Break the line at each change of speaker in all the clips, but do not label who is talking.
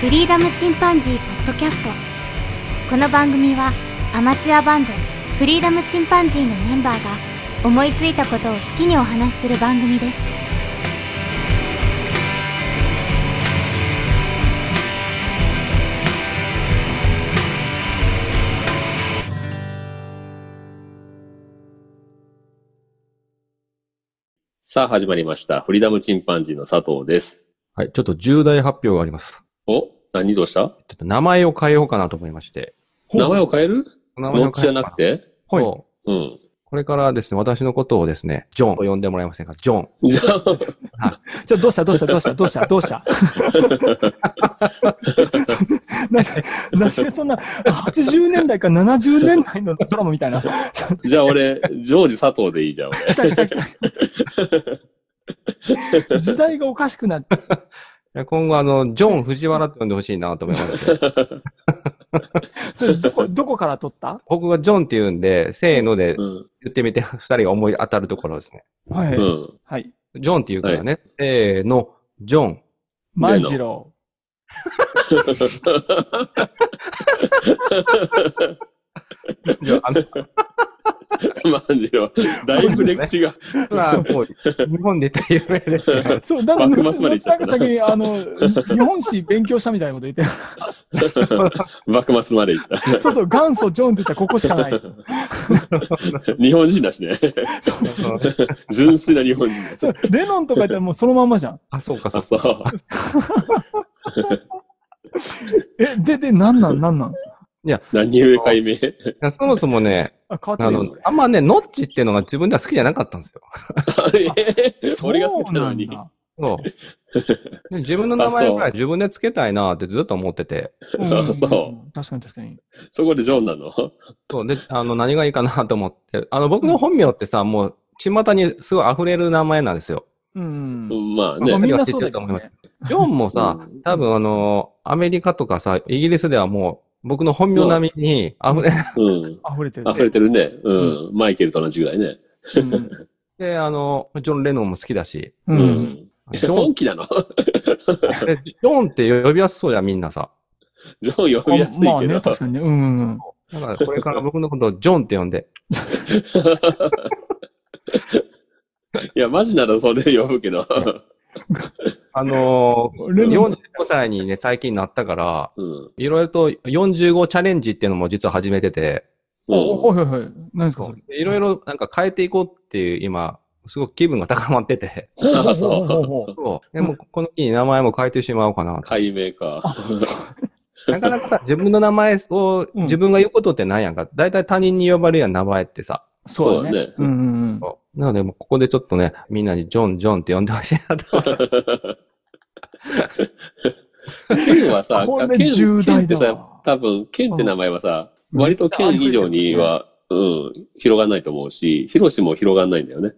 フリーダムチンパンジーポッドキャストこの番組はアマチュアバンドフリーダムチンパンジーのメンバーが思いついたことを好きにお話しする番組です
さあ、始まりました。フリーダムチンパンジーの佐藤です。
はい、ちょっと重大発表があります。
お何どうした
ちょっと名前を変えようかなと思いまして。
名前を変える
名前
ノッチじゃなくて
はい。
は
こ
うん。
れからですね、私のことをですね、ジョンと呼んでもらえませんかジョン。
じゃあ、
い。じゃあどうしたどうしたどうしたどうしたどうした なんで、なんでそんな、80年代か70年代のドラマみたいな。来
じゃあ俺、ジョージ佐藤でいいじゃん、俺。
た来た来た。時代がおかしくなって、
いや今後あの、ジョン藤原って呼んでほしいなと思いま して。
それどこ、どこから撮った
僕がジョンって言うんで、せーので
うん。
言ってみて、二人が思い当たるところですね。
はい。
うん。
はい。
ジョンって言うからね、せーの、ジョン。
万次郎。
じゃあ、あの、
マジよ。だいぶ歴史が。
はもう、日本で言ったら有名ですけど、
そう、だから、
幕
後
末まで行
々
っちゃ
な
っ
ん
た
か
な
先に、あの、日本史勉強したみたいなこ と言って、
幕末までいった。
そうそう、元祖ジョンって言ったらここしかない。
日本人だしね。
そうそうそう
純粋な日本人だ。
そう。レノンとか言ったらもうそのまんまじゃん。
あ、そうか、そう
あ、
か。
そう。
え、で、で、なんなんなんなん
何故解明。
いやそもそもね、
あ、変わって
あ
る
の、あんまね、ノッチっていうのが自分では好きじゃなかったんですよ。
え俺が好きなのに。
そ う
そう。で自分の名前ぐらい自分でつけたいなってずっと思ってて。
なんだ
あ そう
うん確かに確かに。
そこでジョンなの
そう。で、あの、何がいいかなと思って。あの、僕の本名ってさ、もう、巷にすごい溢れる名前なんですよ。
うん。
まあ
ま
ね。
あ
みんなそうだけど
みんな
ね。
ジョンもさ、多分あの、アメリカとかさ、イギリスではもう、僕の本名並みに溢れ
うん。
溢れてるね。
溢れてるね。うん。マイケルと同じぐらいね。
うん
て、あの、ジョン・レノンも好きだし、
う。
うんん。
ジョン
本気なの
でジョンって呼びやすそうや、みんなさ。
ジョン呼びやすい
まあ
け
ね、
ど。
確かにね。うんうんうん。
だからこれから僕のことをジョンって呼んで。
いや、マジならそれ呼ぶけど。
あのー、
レノン
45歳にね、最近なったから、
うん。
いろいろと45チャレンジっていうのも実は始めてて、
うん
おはいはいはい。何ですかそれ。
いろいろなんか変えていこうっていう今、すごく気分が高まってて。
あ
ほうほうほう
そ
ほうほう
そう。でも、この機に名前も変えてしまおうかな
う。。 解明か。
なかなかさ自分の名前を、
うん
自分が言うことってないやんか。だいたい他人に呼ばれるやん、名前ってさ。
そう
そ
だ
うだ
ね
ね。
うんうんうん。
なので、もうここでちょっとね、みんなにジョン、ジョンって呼んでほしいなと。
ケンはさ、
これ
ケン
重大だ
ケ
わ
ンってさ、多分、ケンって名前はさ、割とケン以上には、うん、広がんないと思うし、ヒロシも広がんないんだよね。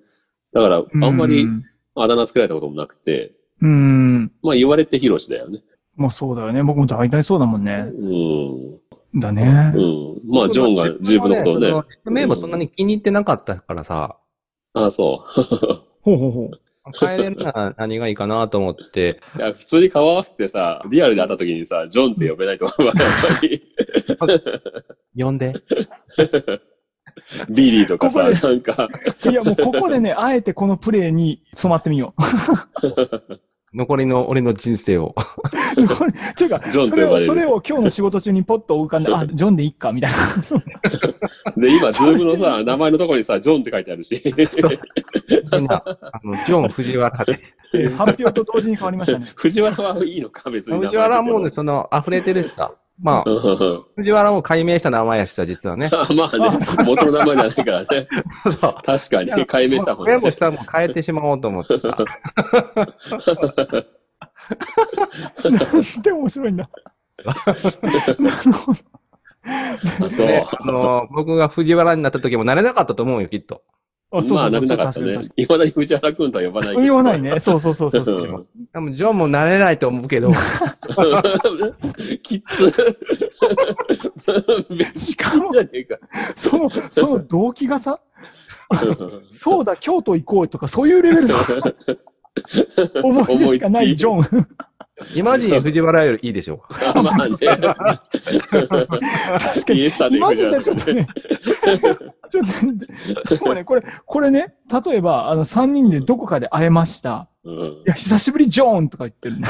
だから、あんまり
うん
あだ名つけられたこともなくて、
うん。
まあ言われてヒロシだよね。
まあそうだよね。僕も大体そうだもんね
う。ん。
だね
う。ん。まあ、ジョンが自分のことをね。
その名簿そんなに気に入ってなかったからさ、
ああ、そう。
ほうほうほう。
変えれるなら何がいいかなと思って、
いや、普通に顔合わせてさ、リアルで会った時にさ、ジョンって呼べないと思うわ、やっぱり。
呼んで。
ビリーとかさ、
こ
なんか、
いやもうここ でね、あえてこのプレイに染まってみよう。
残りの俺の人生を。
これっていうか、
ジョンと
そ
呼
れ
ば
を、
れ
それ
る。
を今日の仕事中にポッと浮かんで、あ、ジョンでいっか、みたいな。
で、今、ズームのさ、名前のところにさ、ジョンって書いてあるし。
みんな、あの、ジョン、藤原で。
えー発表と同時に変わりましたね。
藤原はいいのか、別に名前。
藤原はもうね、 その、溢れてるしさ。まあ、藤原も解明した名前やしさ、実 はね。
あまあね、元の名前じゃないからね。
そう。
確かに、解明したもん
ね。
ね
メ。モしたもん変えてしまおうと思ってさ。
なんて面 白いんだ。なるほど。
あそう。
であのー僕が藤原になった時も慣れなかったと思うよ、きっと。
あ
まあ、なれなかったね。いまだに藤原くんとは呼ばないけど。
言わな いね。そうそうそうそうそう。
うん
でも、ジョンも慣れないと思うけど、
きつ。 別にじゃねえか。
その、その動機が さ、そうだ、 京都行こうとか、そういうレベルの思い出しかな
思い
い
つき
ジョン。
イマジン藤原よりいいでしょ。
あまあね。
確かに。
イエスタデイ
マ
フ
ジ
じゃ
で
な
ちょっ
く
と
て
ね、 ちょっと、でもね、これ、これね、例えば、あの、3人でどこかで会えました。
うん
いや、久しぶり、ジョーンとか言ってるね。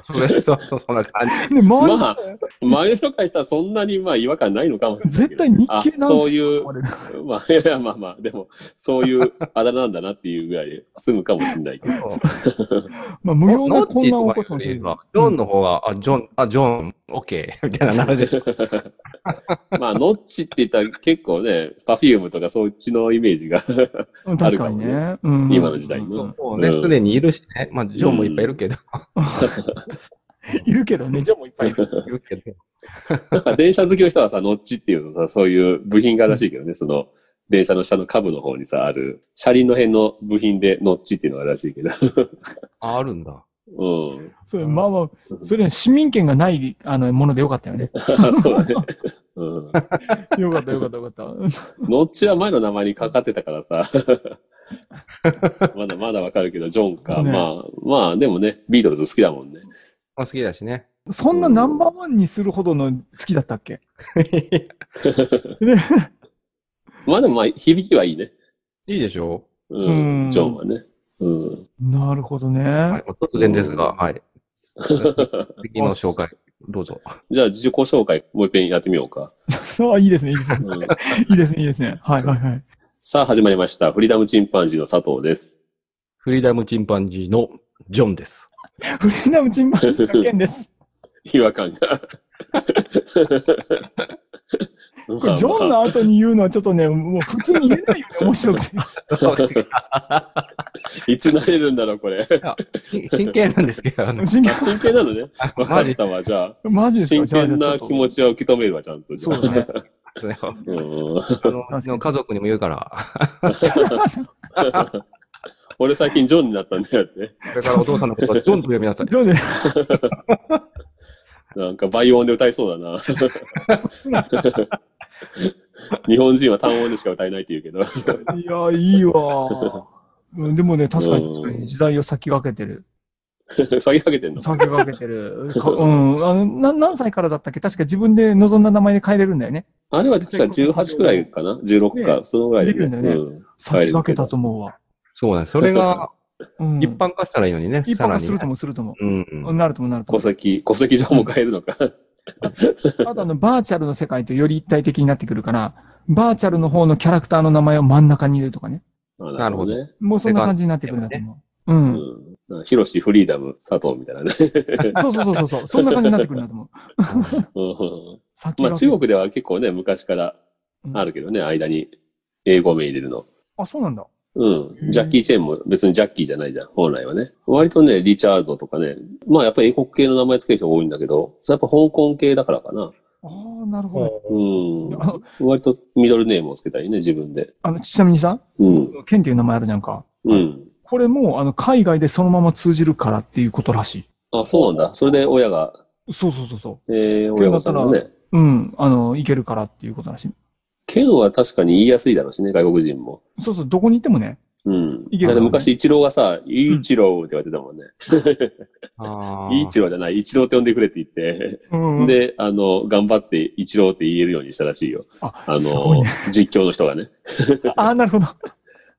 それ、 そう、そんな感じ。
で、周りの人
まあ周りの人からしたらそんなにまあ違和感ないのかもしれないけ
絶
ど。
対日系なん
あ
ですよ。
そういう
これ
まあ、いやいやまあまあ、でも、そういうあだ名なんだなっていうぐらいで済むかもしれないけど。
まあ、無用
ノ
な
ッ
混
チ
乱を
と
起こすか
か
もし
よ
れ
り
ない
は。ジョンの方が、あ、ジョン、あ、ジョン、オッケー、み たいな感じで。
まあ、ノッチって言ったら結構ね、パフュームとかそっちのイメージが
うん確かにね。うん
今の時代にね。
もうね、すでにいるしね。まあ、ジョンもいっぱいいるけど。
いるけどね、ジョーンもいっぱいいる。
いるけど
なんか電車好きの人はさ、ノッチっていうのさ、そういう部品があるらしいけどね、その、電車の下の下部の方にさ、ある、車輪の辺の部品でノッチっていうのがあるらしいけど。
あ、あるんだ。
うん。
それ、まあまあ、それは市民権がない、あの、ものでよかったよね。
そうだね。うん。
よかった、よかった、よかった。
ノッチは前の名前にかかってたから さ。まだまだわかるけど、ジョンか。
ね
まあ、まあ、でもね、ビートルズ好きだもんね。
まあ、好きだしね。
そんなナンバーワンにするほどの好きだったっけ
まあでもまあ、響きはいいね。
いいでしょ
う
うん
ん、ジョンはね。うん。
なるほど
はい
ね。。
まあ突然ですが、 はい。次の紹介、どうぞ。
じゃあ、自己紹介、もう一遍やってみようか。
そう、いいですね、いいですね。
うん
いいですね、いいですね。はい、はい、はい。
さあ、始まりました。フリーダムチンパンジーの佐藤です。
フリーダムチンパンジーのジョンです。
フリーダムチンパンジーの件です。
違和感 が。
これ、ジョンの後に言うのはちょっとね、もう普通に言えないよね、面白くて。
いつ慣れるんだろう、こ れ。
真真剣なんですけど、あの、
真
あ、
剣
真剣なのね。
あ
わか
マ
っ
ジ
たわ、じゃあ。
マジです
真
かじゃあ、じ
剣
ゃあ
な
ちょっ
気持ちは受け止めるわ、ちゃんと。
と。
じ
そ
ゃあ
うだね。
ですね。あ
うん
の、あの家族にも言うから、
俺最近ジョンになったんだよって。
これからお父さんのことはジョンと呼びなさい。
ジョンで、
なんか倍音で歌いそうだな。日本人は単音でしか歌えないって言うけど。
いや、いいわ。うんでもね、確かに
うん
確かに時代を先駆けてる。
詐欺かけてんの
先駆けてる。かうん。あのな何歳からだったっけ確か自分で望んだ名前で変えれるんだよね。
あれは実は18くらいかな ?16 か、
ね
そのぐらい
できるんだよね
うん
先駆けたと思うわ。
そうね。それが
うん
一般化したらいいのにね、
一
さ
般
らに
化す
ね
るともするとも。
うんうん。
なるともなると
戸
も。
籍、戸籍上も変えるのか。
あとあの、バーチャルの世界とより一体的になってくるから、バーチャルの方のキャラクターの名前を真ん中に入れるとかね。
あ
なるほど
ね。
もうそんな感じになってくるんだと思う。う。
うんん。ヒロシ、フリーダム、佐藤みたいなね。
そうそうそうそうそう。そんな感じになってくるんだと思う。
うん
先
まあ
駆け
中国では結構ね、昔からあるけどね、間に英語名入れるの。
あ、そうなんだ。
うん。ジャッキー・チェンも別にジャッキーじゃないじゃん、本来はね。割とね、リチャードとかね、まあやっぱり英国系の名前つける人が多いんだけど、それやっぱ香港系だからかな。
ああ、なるほど。
うん
い。や
割とミドルネームをつけたりね、自分で。
あの、ちなみにさ、
うん。
ケンっていう名前あるじゃんか。
うん。
これも、あの、海外でそのまま通じるからっていうことらし
あ、そうなんだ。それで親が、
い。そうそうそうそ
えー、親御さんがね。
う。うん。あの、いけるからっていうことらしい。
剣は確かに言いやすいだろうしね、外国人も。
そうそう、どこに行ってもね。
うん。
いける
だって昔、イチローがさ、イチローって言われてたもんね。
あ
イチローじゃない、イチローって呼んでくれって言って、
うん。、
で、あの、頑張ってイチローって言えるようにしたらしいよ。
あ、
あの、
すごいね。
実況の人がね。
ああ、なるほど。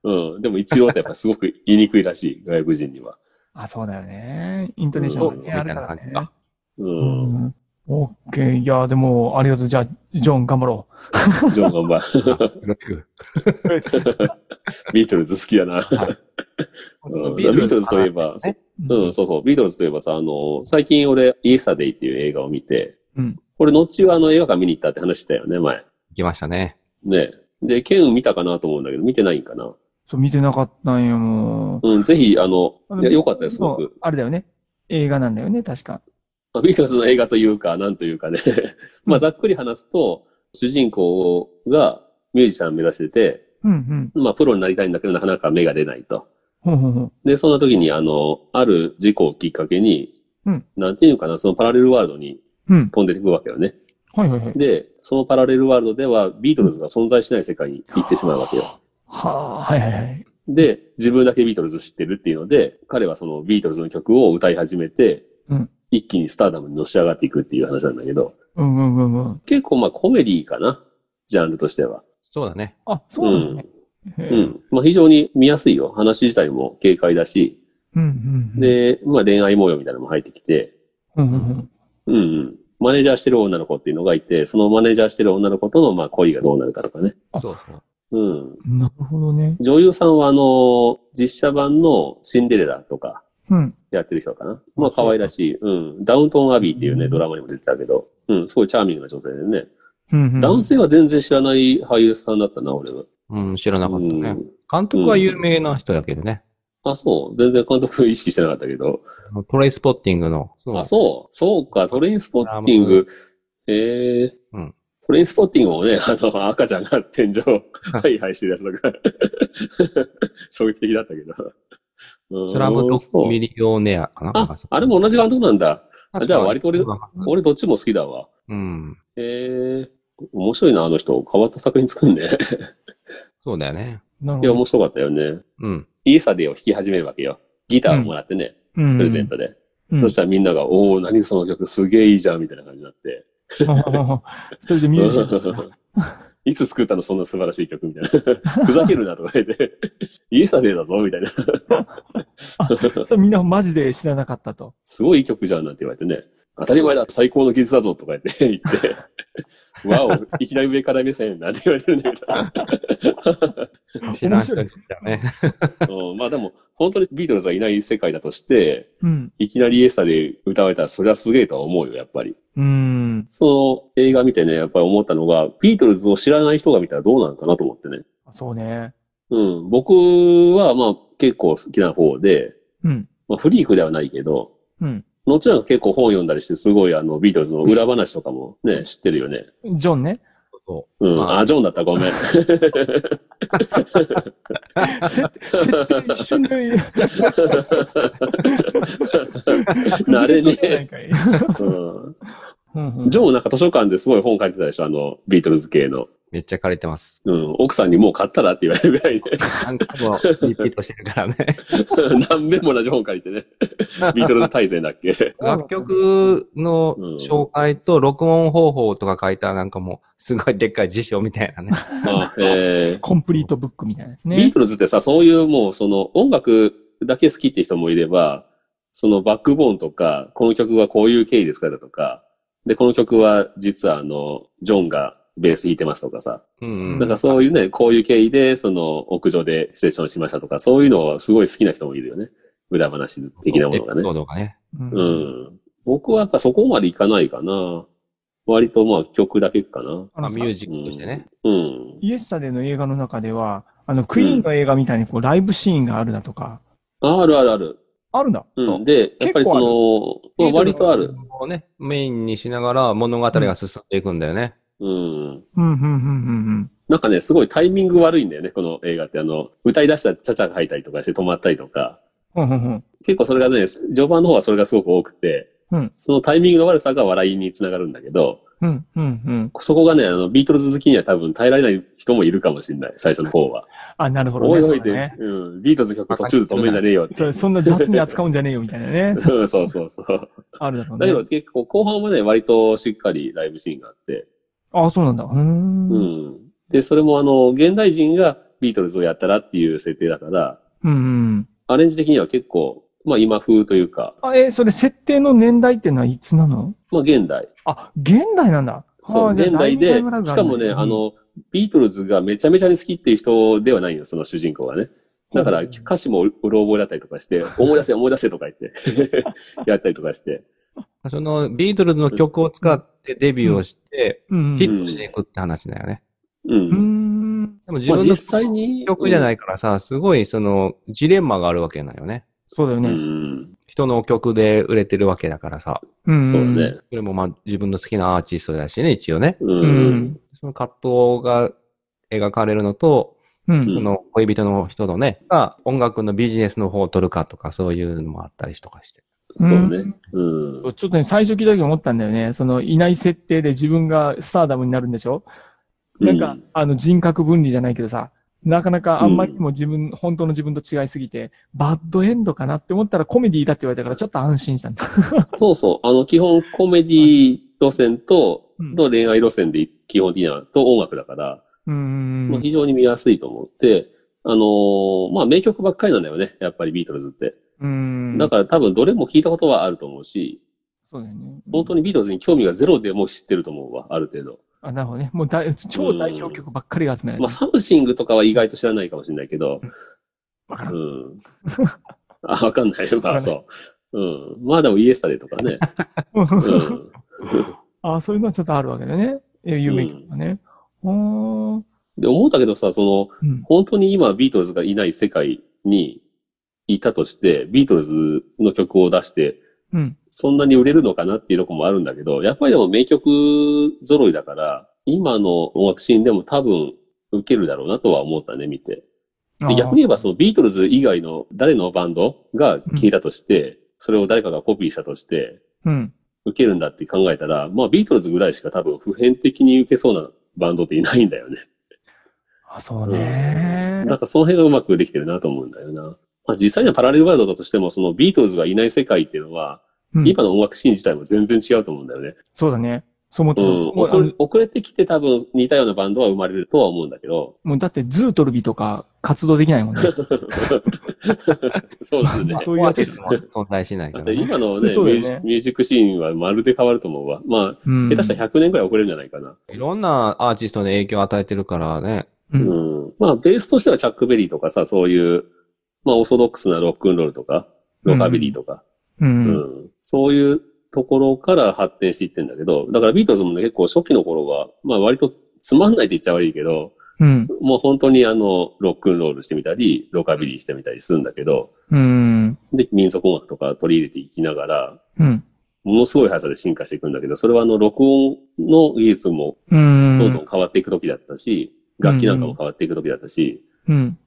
うん。でもイチローってやっぱすごく言いにくいらしい、 外国人には。
あ、そうだよね。イントネーションがね、
うん
あるから
みたい
ね
な感。
う。
うんん。オッケー。いや、でも、ありがとう。じゃあ、ジョン、頑張ろう。
ジョン頑張る。
あ。よろしく。
ビートルズ好きやな。うん、ビートルズといえば、そうん、そうそう。ビートルズといえばさ、あの、最近俺、イエスタデイっていう映画を見て、
うん
俺、後はあの映画館見に行ったって話したよね、前。
行きましたね。
ね。で、ケン見たかなと思うんだけど、見てないんかな。
そう、見てなかったんよ、もう。
うん、ぜひ、あの
あ、の
いやよかったよ、すご
そう
く。
あれだよね。映画なんだよね、確か。
まあビートルズの映画というか、なんというかね。まあ、ざっくり話すと、主人公がミュージシャンを目指してて、
うんうん。
まあ、プロになりたいんだけど、なかなか目が出ないと。
ほうほうほう。
で、そんな時に、あの、ある事故をきっかけに、
うん
なんていうのかな、そのパラレルワールドに
うん。
飛んでいくわけよね。
はいはいはい。
で、そのパラレルワールドではビートルズが存在しない世界に行ってしまうわけよ。
はあ、はいはいはい。
で、自分だけビートルズ知ってるっていうので、彼はそのビートルズの曲を歌い始めて、
うん
一気にスターダムにのし上がっていくっていう話なんだけど、
うんうんうんうん。
結構まあコメディかな、ジャンルとしては。
そうだね。
あ、そうなんだね。へえ
う。ん。まあ非常に見やすいよ。話自体も軽快だし、
うんうん。、
で、まあ恋愛模様みたいなのも入ってきて、
うんうんうん。
うんうん。マネージャーしてる女の子っていうのがいて、そのマネージャーしてる女の子とのまあ恋がどうなるかとかね。
あ
そうそう。
うん。
なるほどね。
女優さんはあの、実写版のシンデレラとか
うん。
やってる人かな。まあ可愛らしい。うん。ダウントンアビーっていうね、ドラマにも出てたけど、うん、すごいチャーミングな女性でね。
うんうん
男性は全然知らない俳優さんだったな、俺は。
うん、知らなかったね。
う
監
ん
督は有名な人だけどね。
あ、そう。全然監督意識してなかったけど。
トレイスポッティングの。そ
あ、そう。そうか、トレインスポッティング。ええ
うん
トレインスポッティングもね、あの、赤ちゃんが天井、 はいはいしてるやつとか、 衝撃的だったけ ど。
スラムド
そ
ッグミ
う
リオネアかな
あ、あれも同じ監督なんだ。あじゃあ割と俺俺どっちも好きだわ。
うん。
ええ面白いな、あの人。変わった作品作んね。
そうだよね。
なる
いや、面白かったよね。
うん。
イエサデーを弾き始めるわけよ。ギターをもらってね、
ほど。
プレゼン
ト。
トで。
うん
そしたらみんなが、おお何その曲すげえいいじゃん、みたいな感じになって。
一人でミュージシャン。
いつ作ったのそんな素晴らしい曲みたいな。ふ ざけるなとか言って、イエスタデーだぞみたいな。
それみんなマジで知らなかったと。
すごいいい曲じゃんなんて言われてね。当たり前だ最高の技術だぞとか言って 言って、わお、いきなり上から目線なんて言われてるんだ
知らん人だよね。
けど。うんまあでも、本当にビートルズがいない世界だとして、
うん。
いきなりイエスタデー歌われたらそれはすげえとは思うよ、やっぱり。
うん。
その映画見てね、やっぱり思ったのが、ビートルズを知らない人が見たらどうなのかなと思ってね。
そうね。
うん、僕はまあ結構好きな方で、
うん。
まあ、フリークではないけど、
うん。
もちろん結構本読んだりして、すごいあの、ビートルズの裏話とかもね、知ってるよね。
ジョ ンね。
そ
うん。
まあ
あ、ジョンだった、ご めん。
設設定一緒に。
慣れね
じゃない
え。
かい。
うん。
うんうん
ジョンなんか図書館ですごい本書いてたでしょ、あの、ビートルズ系の。
う。めっちゃ借り てます。
うん。奥さんにもう買ったらって言われるぐらい
何回もリピートしてるからね。
ね。何遍も同じ本借りて ね。ビートルズ大全だっ け。
楽曲の紹介と録音方法とか書いたなんかも、すごいでっかい辞書みたい なね。
あ、え
コンプリートブックみたいなです
ー、ビー
ね
ト。ルズってさ、そういうもう、その、音楽だけ好きって人もいれば、そのバックボーンとか、この曲はこういう経緯ですからとか、で、この曲は実はあの、ジョンがベース弾いてますとかさ、
うんう
なん
ん。
かそういうね、こういう経緯で、その、屋上でステーションしましたとか、そういうのはすごい好きな人もいるよね。裏話的なものが
エピ
ね
ソ。ードがね。
うん
うん。僕はやっぱそこまでいかないかな。割とまあ曲だけかな。
あ
まあ
の
ミュージックとしてね。
うん。
イエスタデーの映画の中では、あの、クイーンの映画みたいにこう、ライブシーンがあるだとか、
ああるあるある。
あるんだ。
うん。で、やっぱりその、まあ割とある。。
をね、メインにしながら物語が進んでいくんだよね。
うん。
うん、うん、うん、うん
なんかね、すごいタイミング悪いんだよね、この映画って。あの、歌い出したらチャチャが入ったりとかして止まったりとか。
うん。うん、うん、うん。
結構それがね、序盤の方はそれがすごく多くて、
うん
そのタイミングの悪さが笑いにつながるんだけど、
うん、うん、うん。
そこがね、あの、ビートルズ好きには多分耐えられない人もいるかもしれない、最初の方は。
あ、なるほど、ね。
おいおい
そうだ
で
ね、
うん、ビートルズの曲途中で止めんじゃねえよって。。
そうそんな雑に扱うんじゃねえよ、みたいなね
そうそうそうそう。
あるだろう
だ
ね
け。ど結構後半はね、割としっかりライブシーンがあって、
あ、そうなんだ。うーん。
う
うん、
ん。で、それもあの、現代人がビートルズをやったらっていう設定だから、
うん。
アレンジ的には結構、まあ今風というか、
あ、え、それ設定の年代っていうのはいつなの
まあ現代。
あ、現代なんだ。
そう、
あーじゃあ
現代で、
だいぶタイムラグ
し
ある
かもね、あ、の、ビートルズがめちゃめちゃに好きっていう人ではないよ、その主人公はね。だから、
うん
歌詞もうろ覚えだったりとかして、思い出せ、思い出せとか言って、 やったりとかして。
そのビートルズの曲を使ってデビューをして、
うん。う
ヒ
ん
ットしていくって話だよね。
う
うー
ん。
ん。
でも自
まあ
分
実
の
際に。。
曲じゃないいからさ、すごいそのジレンマがあるわけなんよね。
そうだよ
う
ね。
ん。
人の曲で売れてるわけだからさ。
うん。
そうだね。。
それもまあ自分の好きなアーティストだしね、一応ね。
う。
うんん。
その葛藤が描かれるのと、
うん
その恋人の人のね、が音楽のビジネスの方を取るかとかそういうのもあったりとかして。
そう
う
ね。うん。
ちょっとね、最初聞いた時思ったんだよね。その、いない設定で自分がスターダムになるんでしょなんか、あの、人格分離じゃないけどさ、なかなかあんまりにも自分、本当の自分と違いすぎて、バッドエンドかなって思ったらコメディだって言われたからちょっと安心したんだ。
そうそう。あの、基本コメディ路線と、
うん
と恋愛路線で基本的な、と音楽だから、
うーん
まあ、。非常に見やすいと思って、あのーまあ、名曲ばっかりなんだよね。やっぱりビートルズって。
うーん。
だから多分どれも聞いたことはあると思うし、
そうだよね。
本当にビートルズに興味がゼロでも知ってると思うわ、ある程度。
あ、なるほどね。もう大超代表曲ばっかりが集められ
まあ、
て
サムシングとかは意外と知らないかもしれないけど、
わから。
うんん。あ、わかんない。ま
わかんな
あ、
い
そう。うん。まあでもイエスタデーとかね。 うん。
あそういうのはちょっとあるわけだよね。え有名曲がね。うん。
で、思ったけどさ、その、
うん。
本当に今ビートルズがいない世界にいたとして、ビートルズの曲を出して、
うん。
そんなに売れるのかなっていうとこもあるんだけど、やっぱりでも名曲揃いだから、今の音楽シーンでも多分受けるだろうなとは思ったね、見て。
あー
で逆に言えばそのビートルズ以外の誰のバンドが聴いたとして、それを誰かがコピーしたとして、
うん。
受けるんだって考えたら、まあビートルズぐらいしか多分普遍的に受けそうなバンドっていないんだよね。
あ、そうね。
だからその辺がうまくできてるなと思うんだよな。まあ実際にはパラレルワールドだとしても、そのビートルズがいない世界っていうのは、
うん
今の音楽シーン自体も全然違うと思うんだよね。
そうだね。そう思って
う
た。
ん、
もうあ
遅
の。
れ遅れてきて多分似たようなバンドは生まれるとは思うんだけど
もうだってズートルビとか活動できないもんね。
そうですね
まあ。そういうわけだ
も存在しないか
だっ
ら
て
ね。
今のね
そう
ミ
だ
ュー
よね
ジミュージックシーンはまるで変わると 思うわ。まあ、
うん
下手したら100年くらい遅れるんじゃないかな。
いろんなアーティストに影響を与えてるからね。
う。
うんん。まあ、ベースとしてはチャックベリーとかさ、そういう、まあ、オーソドックスなロックンロールとか、ロカビリーとか、
う
うん
ん。
そういうところから発展していってんだけど、だからビートルズもね、結構初期の頃は、まあ、割とつまんないって言っちゃ悪いけど、
うん。
もう本当にあの、ロックンロールしてみたり、ロカビリーしてみたりするんだけど、
うん。
で、民族音楽とか取り入れていきながら、
うん。
ものすごい速さで進化していくんだけど、それはあの、録音の技術も
う
ど
ん。
んどん変わっていく時だったし、楽器なんかも変わっていく時だったし、
うん。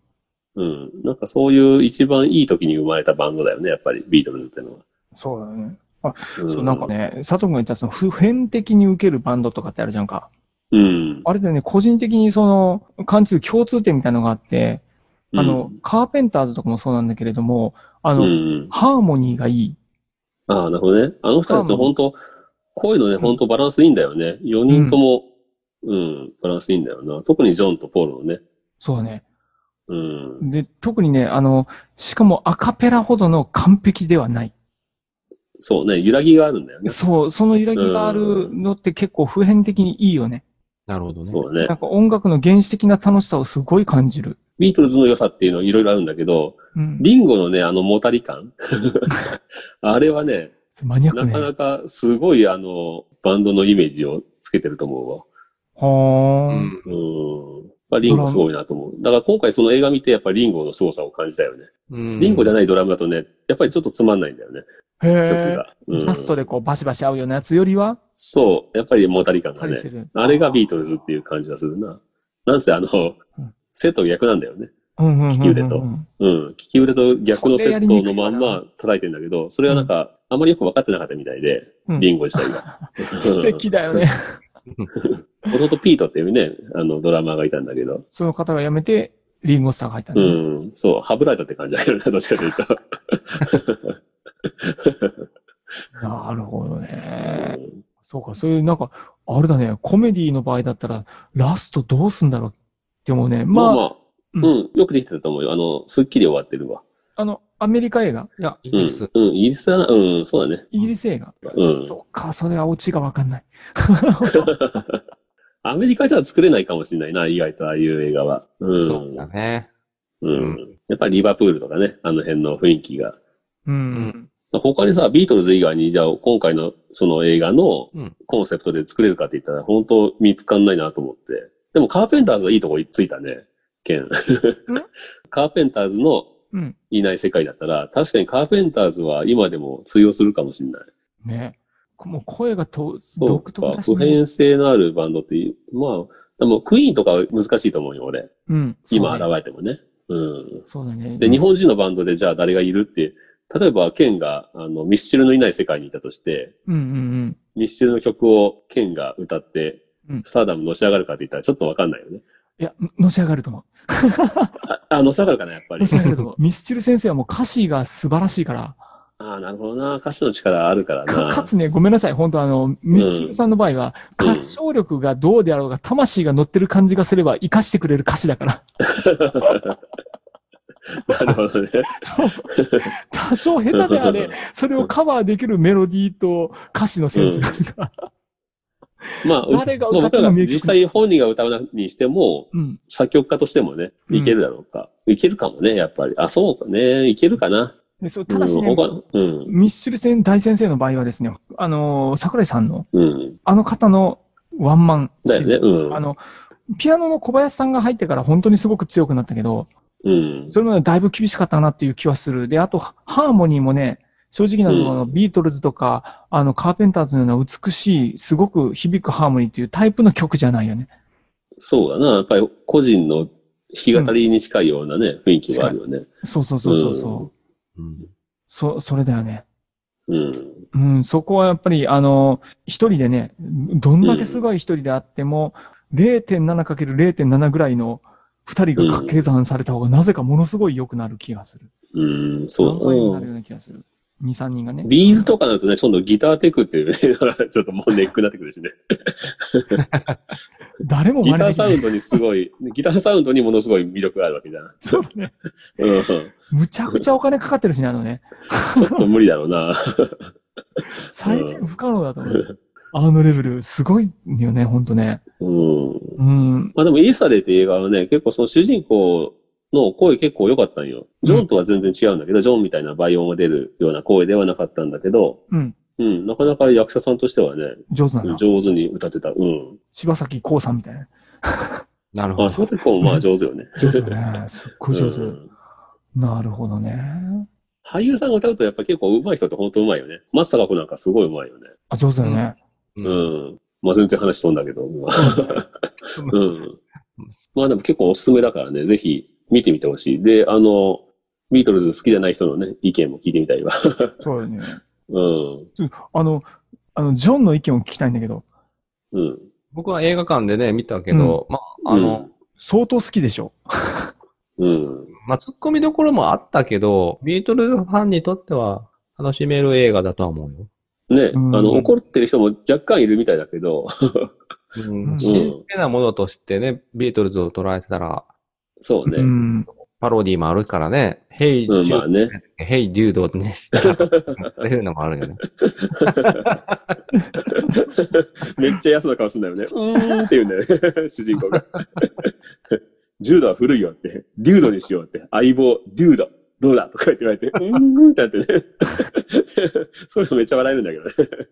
うん。なんかそういう一番いい時に生まれたバンドだよね、やっぱり、ビートルズってのは。
そうだね。
ん
そう、なんか。ね、佐藤君が言ったその普遍的に受けるバンドとかってあるじゃんか。
うん。
あれでね、個人的にその、感じる共通点みたいなのがあって、あの、カーペンターズとかもそうなんだけれども、あ
うん、
の、
うん。
ハーモニーがいい。
ああ、なるほどね。あの人たち本当、こういうのね、
ん
本当バランスいいんだよね。4人とも、うん、バランスいいんだよな。特にジョンとポールのね。
そうだね。
うん。
で、特にね、あの、しかもアカペラほどの完璧ではない。
そうね、揺らぎがあるんだよね。
そう、その揺らぎがあるのって結構普遍的にいいよね。
なるほどね。
そうね
なん。か音楽の原始的な楽しさをすごい感じる。
ビートルズの良さっていうのいろいろあるんだけど、
うん。
リンゴのね、あの、もたり感。あれはね、
マニアック
な
ね。
かなかすごい、あの、バンドのイメージをつけてると思うわ。
は
う
ー
ん。
ん。
うん。まあ、リンゴすごいなと思う。だから今回その映画見てやっぱりリンゴの凄さを感じたよね。
うん
リンゴじゃ
ない。
ないドラムだとね、やっぱりちょっとつまんないんだよね、
へ
曲
え。
が。うん
ジャストでこうバシバシ合うようなやつよりは、
そう、やっぱりもたり感
た
が
り
ね
し。てる。
あれがビートルズっていう感じがするな。なんせあの
うん、
セット逆なんだよね。
うんうんうんうんうん、
利き腕とうん。利き腕と逆のセットのまん
それやりに
ま叩いてんだけど、それはなんか、あまりよく分かってなかったみたいで、
うん
リンゴ自体 が。
素敵だよね。
うん。弟ピートっていうね、あの、ドラマーがいたんだけど、
その方が辞めて、リンゴスターが入ったん
う
だね
ん。そう、ハブライトって感じだけどね、 どっちかというと。
なるほどね。
うん
そうか、そういうなんか、あれだね、コメディの場合だったら、ラストどうすんだろうって思うね。
ま
ま
あ
あ、
まあ、
う
うんん。よくできてたと思うよ。あの、スッキリ終わってるわ。
あの、アメリカ映画
いや、いいです。
うん。うん。イギリスは、うん、そうだね。
イギリス映画、
うん。
そうか、それはオチがわか んない。
アメリカじゃ作れないかもしれないな、意外とああいう映画は。うん。
そうだね。
うん。やっぱりリバプールとかね、あの辺の雰囲気が。
うん。
うん
他にさ、ビートルズ以外に、じゃあ今回のその映画の
うん
コンセプトで作れるかって言ったら、本当見つかんないなと思って。でもカーペンターズはいいとこついたね、ケン。 カーペンターズの
うん。
いない世界だったら、確かにカーペンターズは今でも通用するかもしれない。
ね。もう声がと
そうか
独特だ、し
普
ね。
遍性のあるバンドっていう、まあ、でもクイーンとかは難しいと思うよ、俺。
うん。
今
そう
現
ね
れてもね。うん。
そうだね。
で、日本人のバンドでじゃあ誰がいるって、例えばケンが、あの、ミスチルのいない世界にいたとして、
うんうん
ミスチルの曲をケンが歌って
うん、
スターダムのし上がるかって言ったらちょっとわかんないよね。
いや、のし上がると思
あ、あの、下がるかな、やっぱ
う。
り
の。し上がると 思う。ミスチル先生はもう歌詞が素晴らしいから、
ああ、なるほどな。歌詞の力あるから
か
な。
かつね、ごめんなさい。本当あの、ミスチルさんの場合は、
うん
歌唱力がどうであろうが、魂が乗ってる感じがすれば活かしてくれる歌詞 だから。
なるほどね。
そう。多少下手で あれ、それをカバーできるメロディーと歌詞のセンスがあるから。
まあ、う
誰が
まあ
歌って
僕ら
も
が
名曲
実際本人が歌うにしても、
うん。
作曲家としてもね、
うん
いけるだろうか。いけるかもね、やっぱり。あ、そうかね。いけるかな。
でそうただし
うん、
ね、
他の、うん。
ミッシュルセン大先生の場合はですね、あのー桜井さんの、
うん。
あの方のワンマン
だよね。うん
あ。の、ピアノの小林さんが入ってから本当にすごく強くなったけど、
うん。
それまでだいぶ厳しかったなっていう気はする。で、あと、ハハーモニーもね、正直なところ、
う
ビートルズとか、あの、カーペンターズのような美しい、すごく響くハーモニーっていうタイプの曲じゃないよね。
そうだな。やっぱり個人の弾き語りに近いようなね、雰囲気があるよね。
そうそうそうそうそう。
うん
うん
そ、それだよね。
うん。
うん、そこはやっぱり、あの、一人でね、どんだけすごい一人であっても、0.7×0.7 ぐらいの二人が掛け算された方がなぜかものすごい良くなる気がする。
うん、
何倍にも
そう
な
だ
る
な。
ような気がする。2、3人がね。
ビーズとかになるとね、今度ギターテクっていうね、 ちょっともうネックになってくるしね。
誰も
ギ
真似
ター
でき
サ
な
ウ
い。
ンドにすごい、ギターサウンドにものすごい魅力があるわけじゃん。
そうだね。
うん。ち
むちゃくちゃお金かかってるしね、あのね。
ょっと無理だろうな。
再現不可能だと 思う。あのレベル、すごいよね、ほんとね。
うん。
うん。
まあでもイエスタデーって映画はね、結構その主人公の声結構良かったんよ。ジョンとは全然違うんだけど、ジョンみたいな倍音が出るような声ではなかったんだけど、
うん。
うん、なかなか役者さんとしてはね、
上手だな。
上手に歌ってた。うん。
柴咲コウさんみたいな。
なるほ
あ、
ど。
そういう子もまあ上手よね。
上手だね。すっごい上手
う。ん
なるほどね。
俳優さんが歌うとやっぱ結構上手い人って本当上手いよね。松坂子なんかすごい上手いよね。
あ、上手だよね。
う
うん
ん。まあ全然話飛んだけ ど。うん。まあでも結構おすすめだからね、ぜひ見てみてほしい。で、あの、ビートルズ好きじゃない人のね、意見も聞いてみたいわ。
そうだね。
うん。
あの、あの、ジョンの意見を聞きたいんだけど、
うん。
僕は映画館でね、見たけど、まあ、あの、
相当好きでしょ
うん。
まあ、突っ込みどころもあったけど、ビートルズファンにとっては楽しめる映画だとは思うよ。
ね、
うん
あの、怒ってる人も若干いるみたいだけど、
うん
うん
新鮮なものとしてね、ビートルズを捉えてたら、
そう
う
ね。
ん。
パロディーもあるからね、ヘイ、
うん、
デ
まあ
ュ
ね。
ヘイデュードってね、したそういうのもあ るよね。
めっちゃ安な顔すんだよね。うーんって言うんだよね、主 人公が。柔道は古いよって、デュードにしようって、相棒、デュード、どうだとか言って言われて、うーんってなってね。 それもめっちゃ笑えるんだけどね。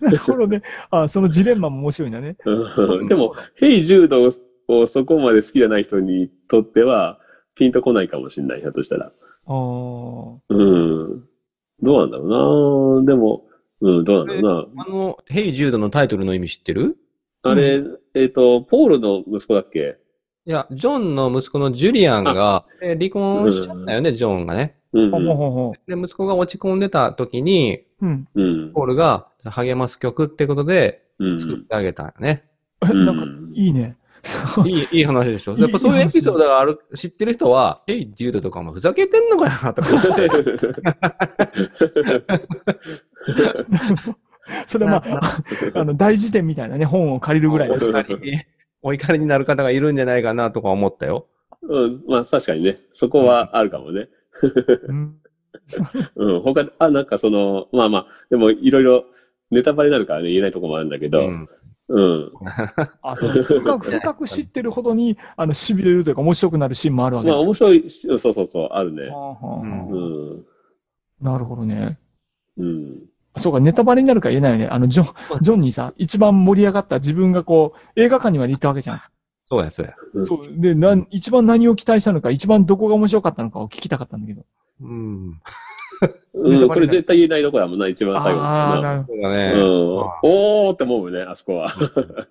なるほどね。あ、そのジレンマも面白いんだね。
うんでも、ヘイ柔道をそこまで好きじゃない人にとっては、ピンとこないかもしれない、ひょっとしたら。
あー
うん。どうなんだろうなでも、うん、どうなんだろう
あの、ヘイデュードのタイトルの意味知ってる
なあれ、えっ、と、ポールの息子だっけ
いや、ジョンの息子のジュリアンが、え離婚しちゃったよね、ジョンがね。
うん
ほうほうほうほ
で、息子が落ち込んでた時に、
う。うん。
うん。うん。
ポールが励ます曲ってことで
うん。
作ってあげたよね。
え、
うん
なんか、いいね。そう
いい、いい話でしょ。やっぱそういうエピソードがある、知ってる人は、えい、デュードとかもふざけてんのかなとか。
それはまあ、 あの、大辞典みたいなね、本を借りるぐらい
お
の。
怒りに、 お怒りになる方がいるんじゃないかなとか思ったよ。
うん、まあ確かにね、そこはあるかもね。
うん
うん、他、あ、なんかその、まあまあ、でもいろいろネタバレになるからね、言えないとこもあるんだけど、うん。
ん。
あ、そう。深 く、深く知ってるほどに、あの、痺れるというか面白くなるシーンもあるわけ
まあ
だ。
面白いし、そうそうそう、あるね。
はあはあ
うん
うん。
なるほどね。
うん。
そうか、ネタバレになるから言えないよね。あの、ジョン、ジョンにさ、一番盛り上がった自分がこう、映画館にまで行ったわけじゃん。
そうや、そうや。
うん
そう。で、なん、一番何を期待したのか、一番どこが面白かったのかを聞きたかったんだけど。
うん。
うん、
ネタバレになる
これ絶対言えないとこだもんな、一番最後のとこ
ああー、な
な。
るほ
そうだ
う
ね。
ん
まあ。
おーって思うよね、あそこは。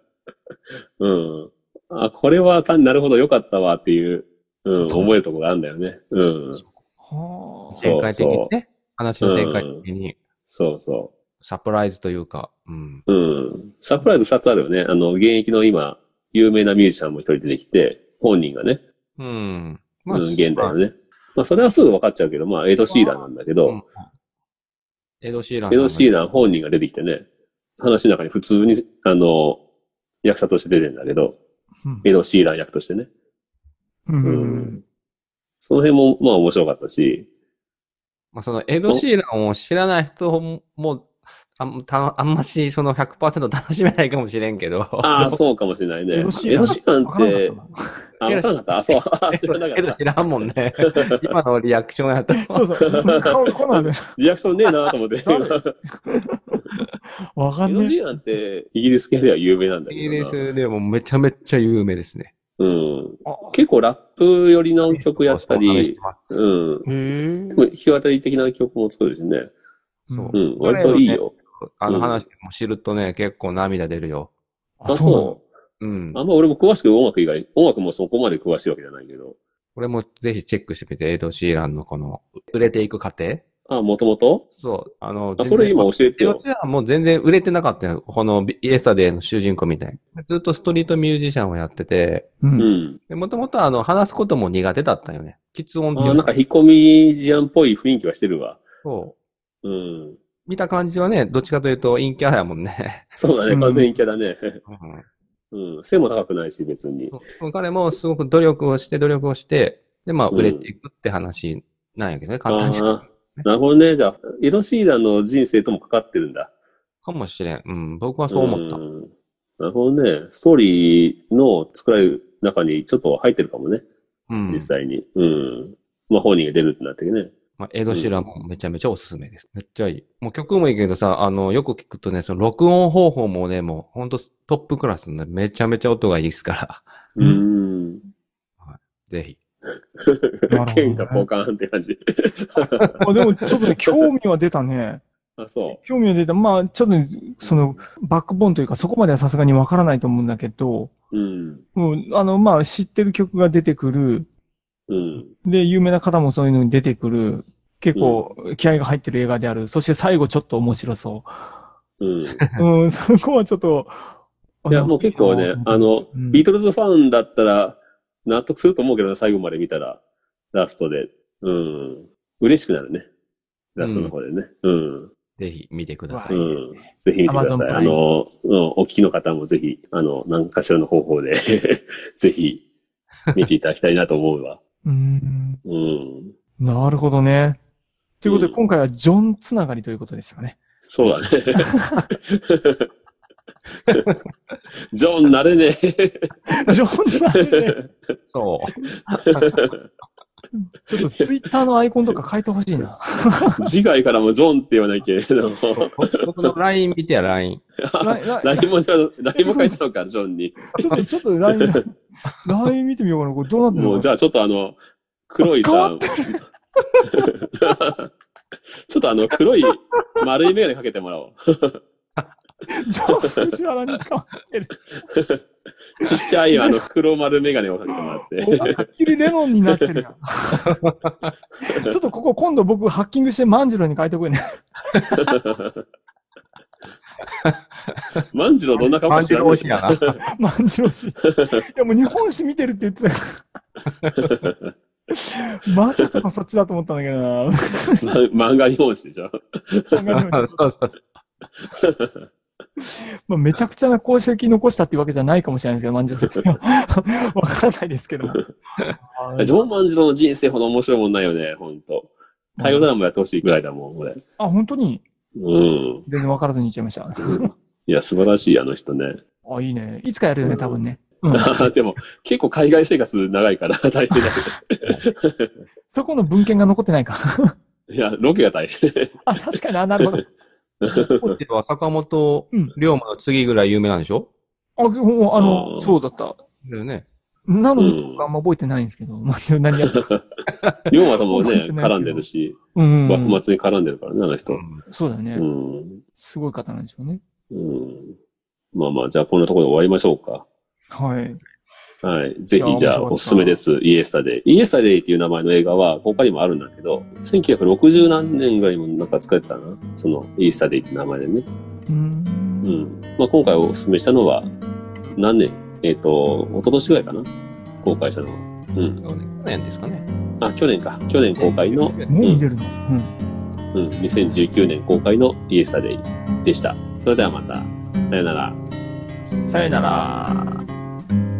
うん。あ、これは単になるほど良かったわっていう、うん、
そう
思えるとこがあるんだよね。うん。
ど。はあ。
そう
展開的にね。話の展開的に、
そうそう。
サプライズというか、うん。
うん。サプライズ二つあるよね。あの、現役の今、有名なミュージシャンも一人出てきて、本人がね、
うん。
うん、現代
だ
のね。まあ、それはすぐ分かっちゃうけど、まあ、エド・シーランなんだけど、
うんエド・シーラン。
エド・シーラン
本
本人が出てきてね、話の中に普通に、あの、役者として出てるんだけど、
うん
エド・シーラン役としてね。う
う。
んその辺も、まあ、面白かったし、
まあ、その、エド・シーランを知らない人も、もうあんたあんまし、その100%楽しめないかもしれんけど。
ああ、そうかもしれないね。エ
エド
ド・
シ
シ
ーラン
ーラン
わ
っ
から
て、
なか
あ、わからな
ったな
かった。あ、そう、あ知らな
エ
か
ド
っ
知
た。
らんもん ね。今のリアクションやったら。
そうそう。顔、こんなんで。
リアクションねえなと思って。
誰わか
エ
ん
ド・
ね
シーランって、イギリス系では有名なんだ
イ
けど
ギ
な。
リスでもめちゃめちゃ有名ですね。
うん。
あ
結構ラップ寄りの曲やったり、
そう
うん。
え。へえ。
弾き語り的な曲も作るしね。
そう
うん、割といいよ。
あの話も知るとね、結構涙出るよ。
あ、そうう。
ん。
あんま俺も詳しく音楽以外、音楽もそこまで詳しいわけじゃないけど。
これもぜひチェックしてみて、エド・シーランのこの、売れていく過程
あ、もともと
そう。あの、
あ、それ今教えて
エド・
よ
シ。ーランもう全然売れてなかったよ。このイエスタデーの主人公みたいに。ずっとストリートミュージシャンをやってて、
う。
うんん。
でもともとあの、話すことも苦手だったよね。き音ってい
あ
う
なんか引っ込み思案っぽい雰囲気はしてるわ。
そう。
うん。
見た感じはね、どっちかというと陰キャやもんね。
そうだ
う
ね、
ん
完全にキャラね。
うん
うん。背も高くないし、別に。
そう彼もすごく努力をして、努力をして、で、まあ、
うん
売れていくって話なんやけどね、
あ
簡単に。
あー。なるほどね。じゃあ、エド・シーランの人生ともかかってるんだ。
かもしれん。うん、僕はそう思った。
んなるほどね。ストーリーの作られる中にちょっと入ってるかもね。
うん。
実際に。うん。まあ本人が出るってなってね。
まあ、エド・シーランもめちゃめちゃおすすめです。めっちゃいい。もう曲もいいけどさ、あの、よく聞くとね、その録音方法もね、もうほんとトップクラスのねめちゃめちゃ音がいいですから。
う
うん。
ぜひ。
なるほどね
剣がポカーンって感じ。
あでも、ちょっとね、興味は出たね。
あ、そ
興味は出た。まあ、ちょっとね、その、バックボーンというか、そこまではさすがにわからないと思うんだけど、
う。うん。
うん、あの、まあ、知ってる曲が出てくる、
うん。
で、有名な方もそういうのに出てくる、結構、気合が入ってる映画である。そして最後、ちょっと面白そ。
うん。いう
うん、そこはちょっと、あ
や、もう結構ね、あ、の、
うん
ビートルズファンだったら、納得すると思うけどね、最後まで見たら、ラストで。うん。嬉しくなるね。ラストの方でね。うん。
ぜひ見てくださ
う
い。
ん
う
いい
ん
ですね
ぜひ見てください。
Amazon プ
あ
ライム
の、うんお聞きの方もぜひ、あの、何かしらの方法で、 ぜひ、見ていただきたいなと思うわ。
うん、
うん。
なるほどね。ということ
う
で、
ん
今回はジョンつながりということですよね。
そうだね。ジョン、なれねえ。
ジョンなんでね、
そう。
ちょっとツイッターのアイコンとか変えてほしい な。
次回からもジョンって言わなきゃいけないの。
僕の LINE 見てや、LINE。
ライン
LINE も、LINE も書いてたのか、ジョンに。
ちょっと、ちょっと LINE、LINE 見てみようかな。これどうなってるの
もう、じゃあちょっとあの、黒い
変わ
さ、ちょっとあの、黒い丸いメガネかけてもらおう。
ジョン藤原に変わってる。
ちっちゃいあの、黒丸メガネをかけてもらって。
はっきりレモンにな ってるやん。ちょっとここ今度僕ハッキングして万次郎に変えておくね。
万次郎どんな顔か
感
知
じ
ら
の
な
推
い
し
け
や
ど。
な。
万次郎 氏。いやもう日本史見てるって言ってたから。まさかのそっちだと思ったんだけどな。
ま漫画日本史でしょ。
考えてみ た
そうそうそう。
まあ、めちゃくちゃな功績残したっていうわけじゃないかもしれないですけど、万次郎さんには。わからないですけども。
ジョン万次郎の人生ほど面白いもんないよね、ほんと。大河ドラマやってほしいぐらいだもん、俺。
あ、本当に
うん。
全然わからずに言っちゃいました。
いや、素晴らしい、あの人ね。
あ、いいね。いつかやるよね、多分ね。うん。
でも、結構海外生活長いから 大変だ
そこの文献が残ってないか。
けど。いや、ロケが大変。
あ、確かに、あ、なるほど。
では坂本龍馬の次ぐらい有名なんでしょ
あ、もうあの、
うん
そうだった。
だよね。
なのに、
うん
僕あんま覚えてないんですけど、まあ、ちょ何や った
龍馬ともね、
本当にないですけど
絡んでるし、
うん。
幕末に絡んでるからね、あの人。
そうだよね、
うん。
すごい方なんでしょうね。
うん。まあまあ、じゃあこんなところで終わりましょうか。
はい。
はい。ぜ
いや
ひ、じゃ
面白か
あ、
った
おすすめです。イエスタデイ。イエスタデイっていう名前の映画は、他にもあるんだけど、1960何年ぐらいにもなんか作られてたな。その、イエスタデイって名前でね。
う。
うんん。まあ、今回おすすめしたのは、何年えっ、と、一昨年ぐらいかな公開したのは。うん。
去年去年ですかね。
あ、去年か。去年公開の、
もう見れるのうん。
うん、2019年公開のイエスタデイでした。それではまた。さよなら。
さよなら。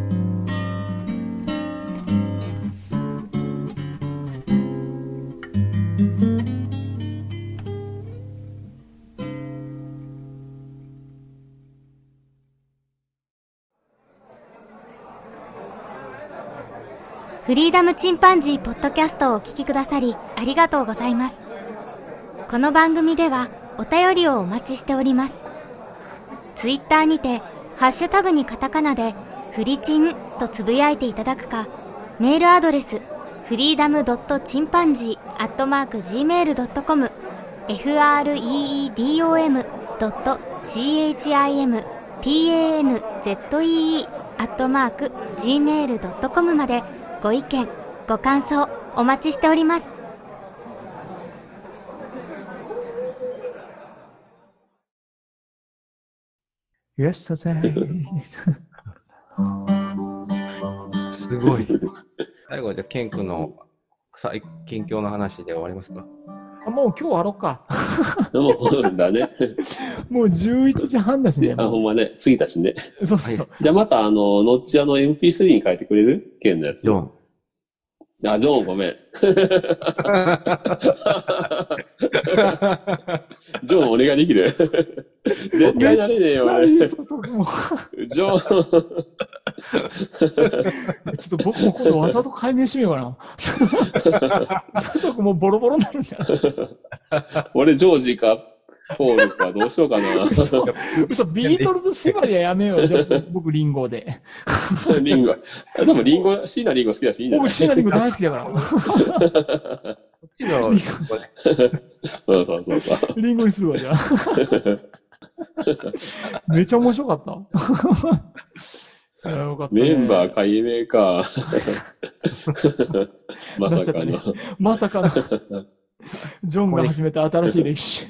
フリーダムチンパンジーポッドキャストをお聞きくださりありがとうございます。この番組ではお便りをお待ちしております。ツイッターにて、ハッシュタグにカタカナで、フリチンとつぶやいていただくか、メールアドレス、フリーダムドットチンパンジーアットマーク Gmail.com、freedom ドット chimpanzee アットマーク Gmail.com までご意見、ご感想お待ちしております。
Yesterday.
すごい。最後はじゃあ、ケン君の最近況の話で終わりますか
あもう今日終わろうか。
どうも、そうだね。
もう11時半だしね。
あ、ほんまね、過ぎたしね。
そうそうそう。
じゃあまた、あの、のっちあの MP3 に変えてくれるケンのやつ。
ジョン。
あ、ジョン、ごめん。ジョン、お願いできる絶対なれねえよ、俺
めっちゃいい外も う
ジョ
ちょっと僕も今度わざと解明してみようかな。 佐藤君もうボロボロになるんじゃない
ン、俺、ジョージか、ポールか、どうしようかな。
嘘、ビートルズ縛りはやめ よう。じゃあ僕、リンゴで。
リンゴ。あでも、リンゴ、シーナリンゴ好きだし、いいんじゃな
僕、
い
シーナリンゴ大好き だから。
そっちの、
うん、そうそうそう。
リンゴにするわ、じ ゃあ。めっちゃ面白か った。いやよかったね、
メンバー解明か。まさか
なっち ゃ
の。
まさかの、ジョンが始めた新しい歴史。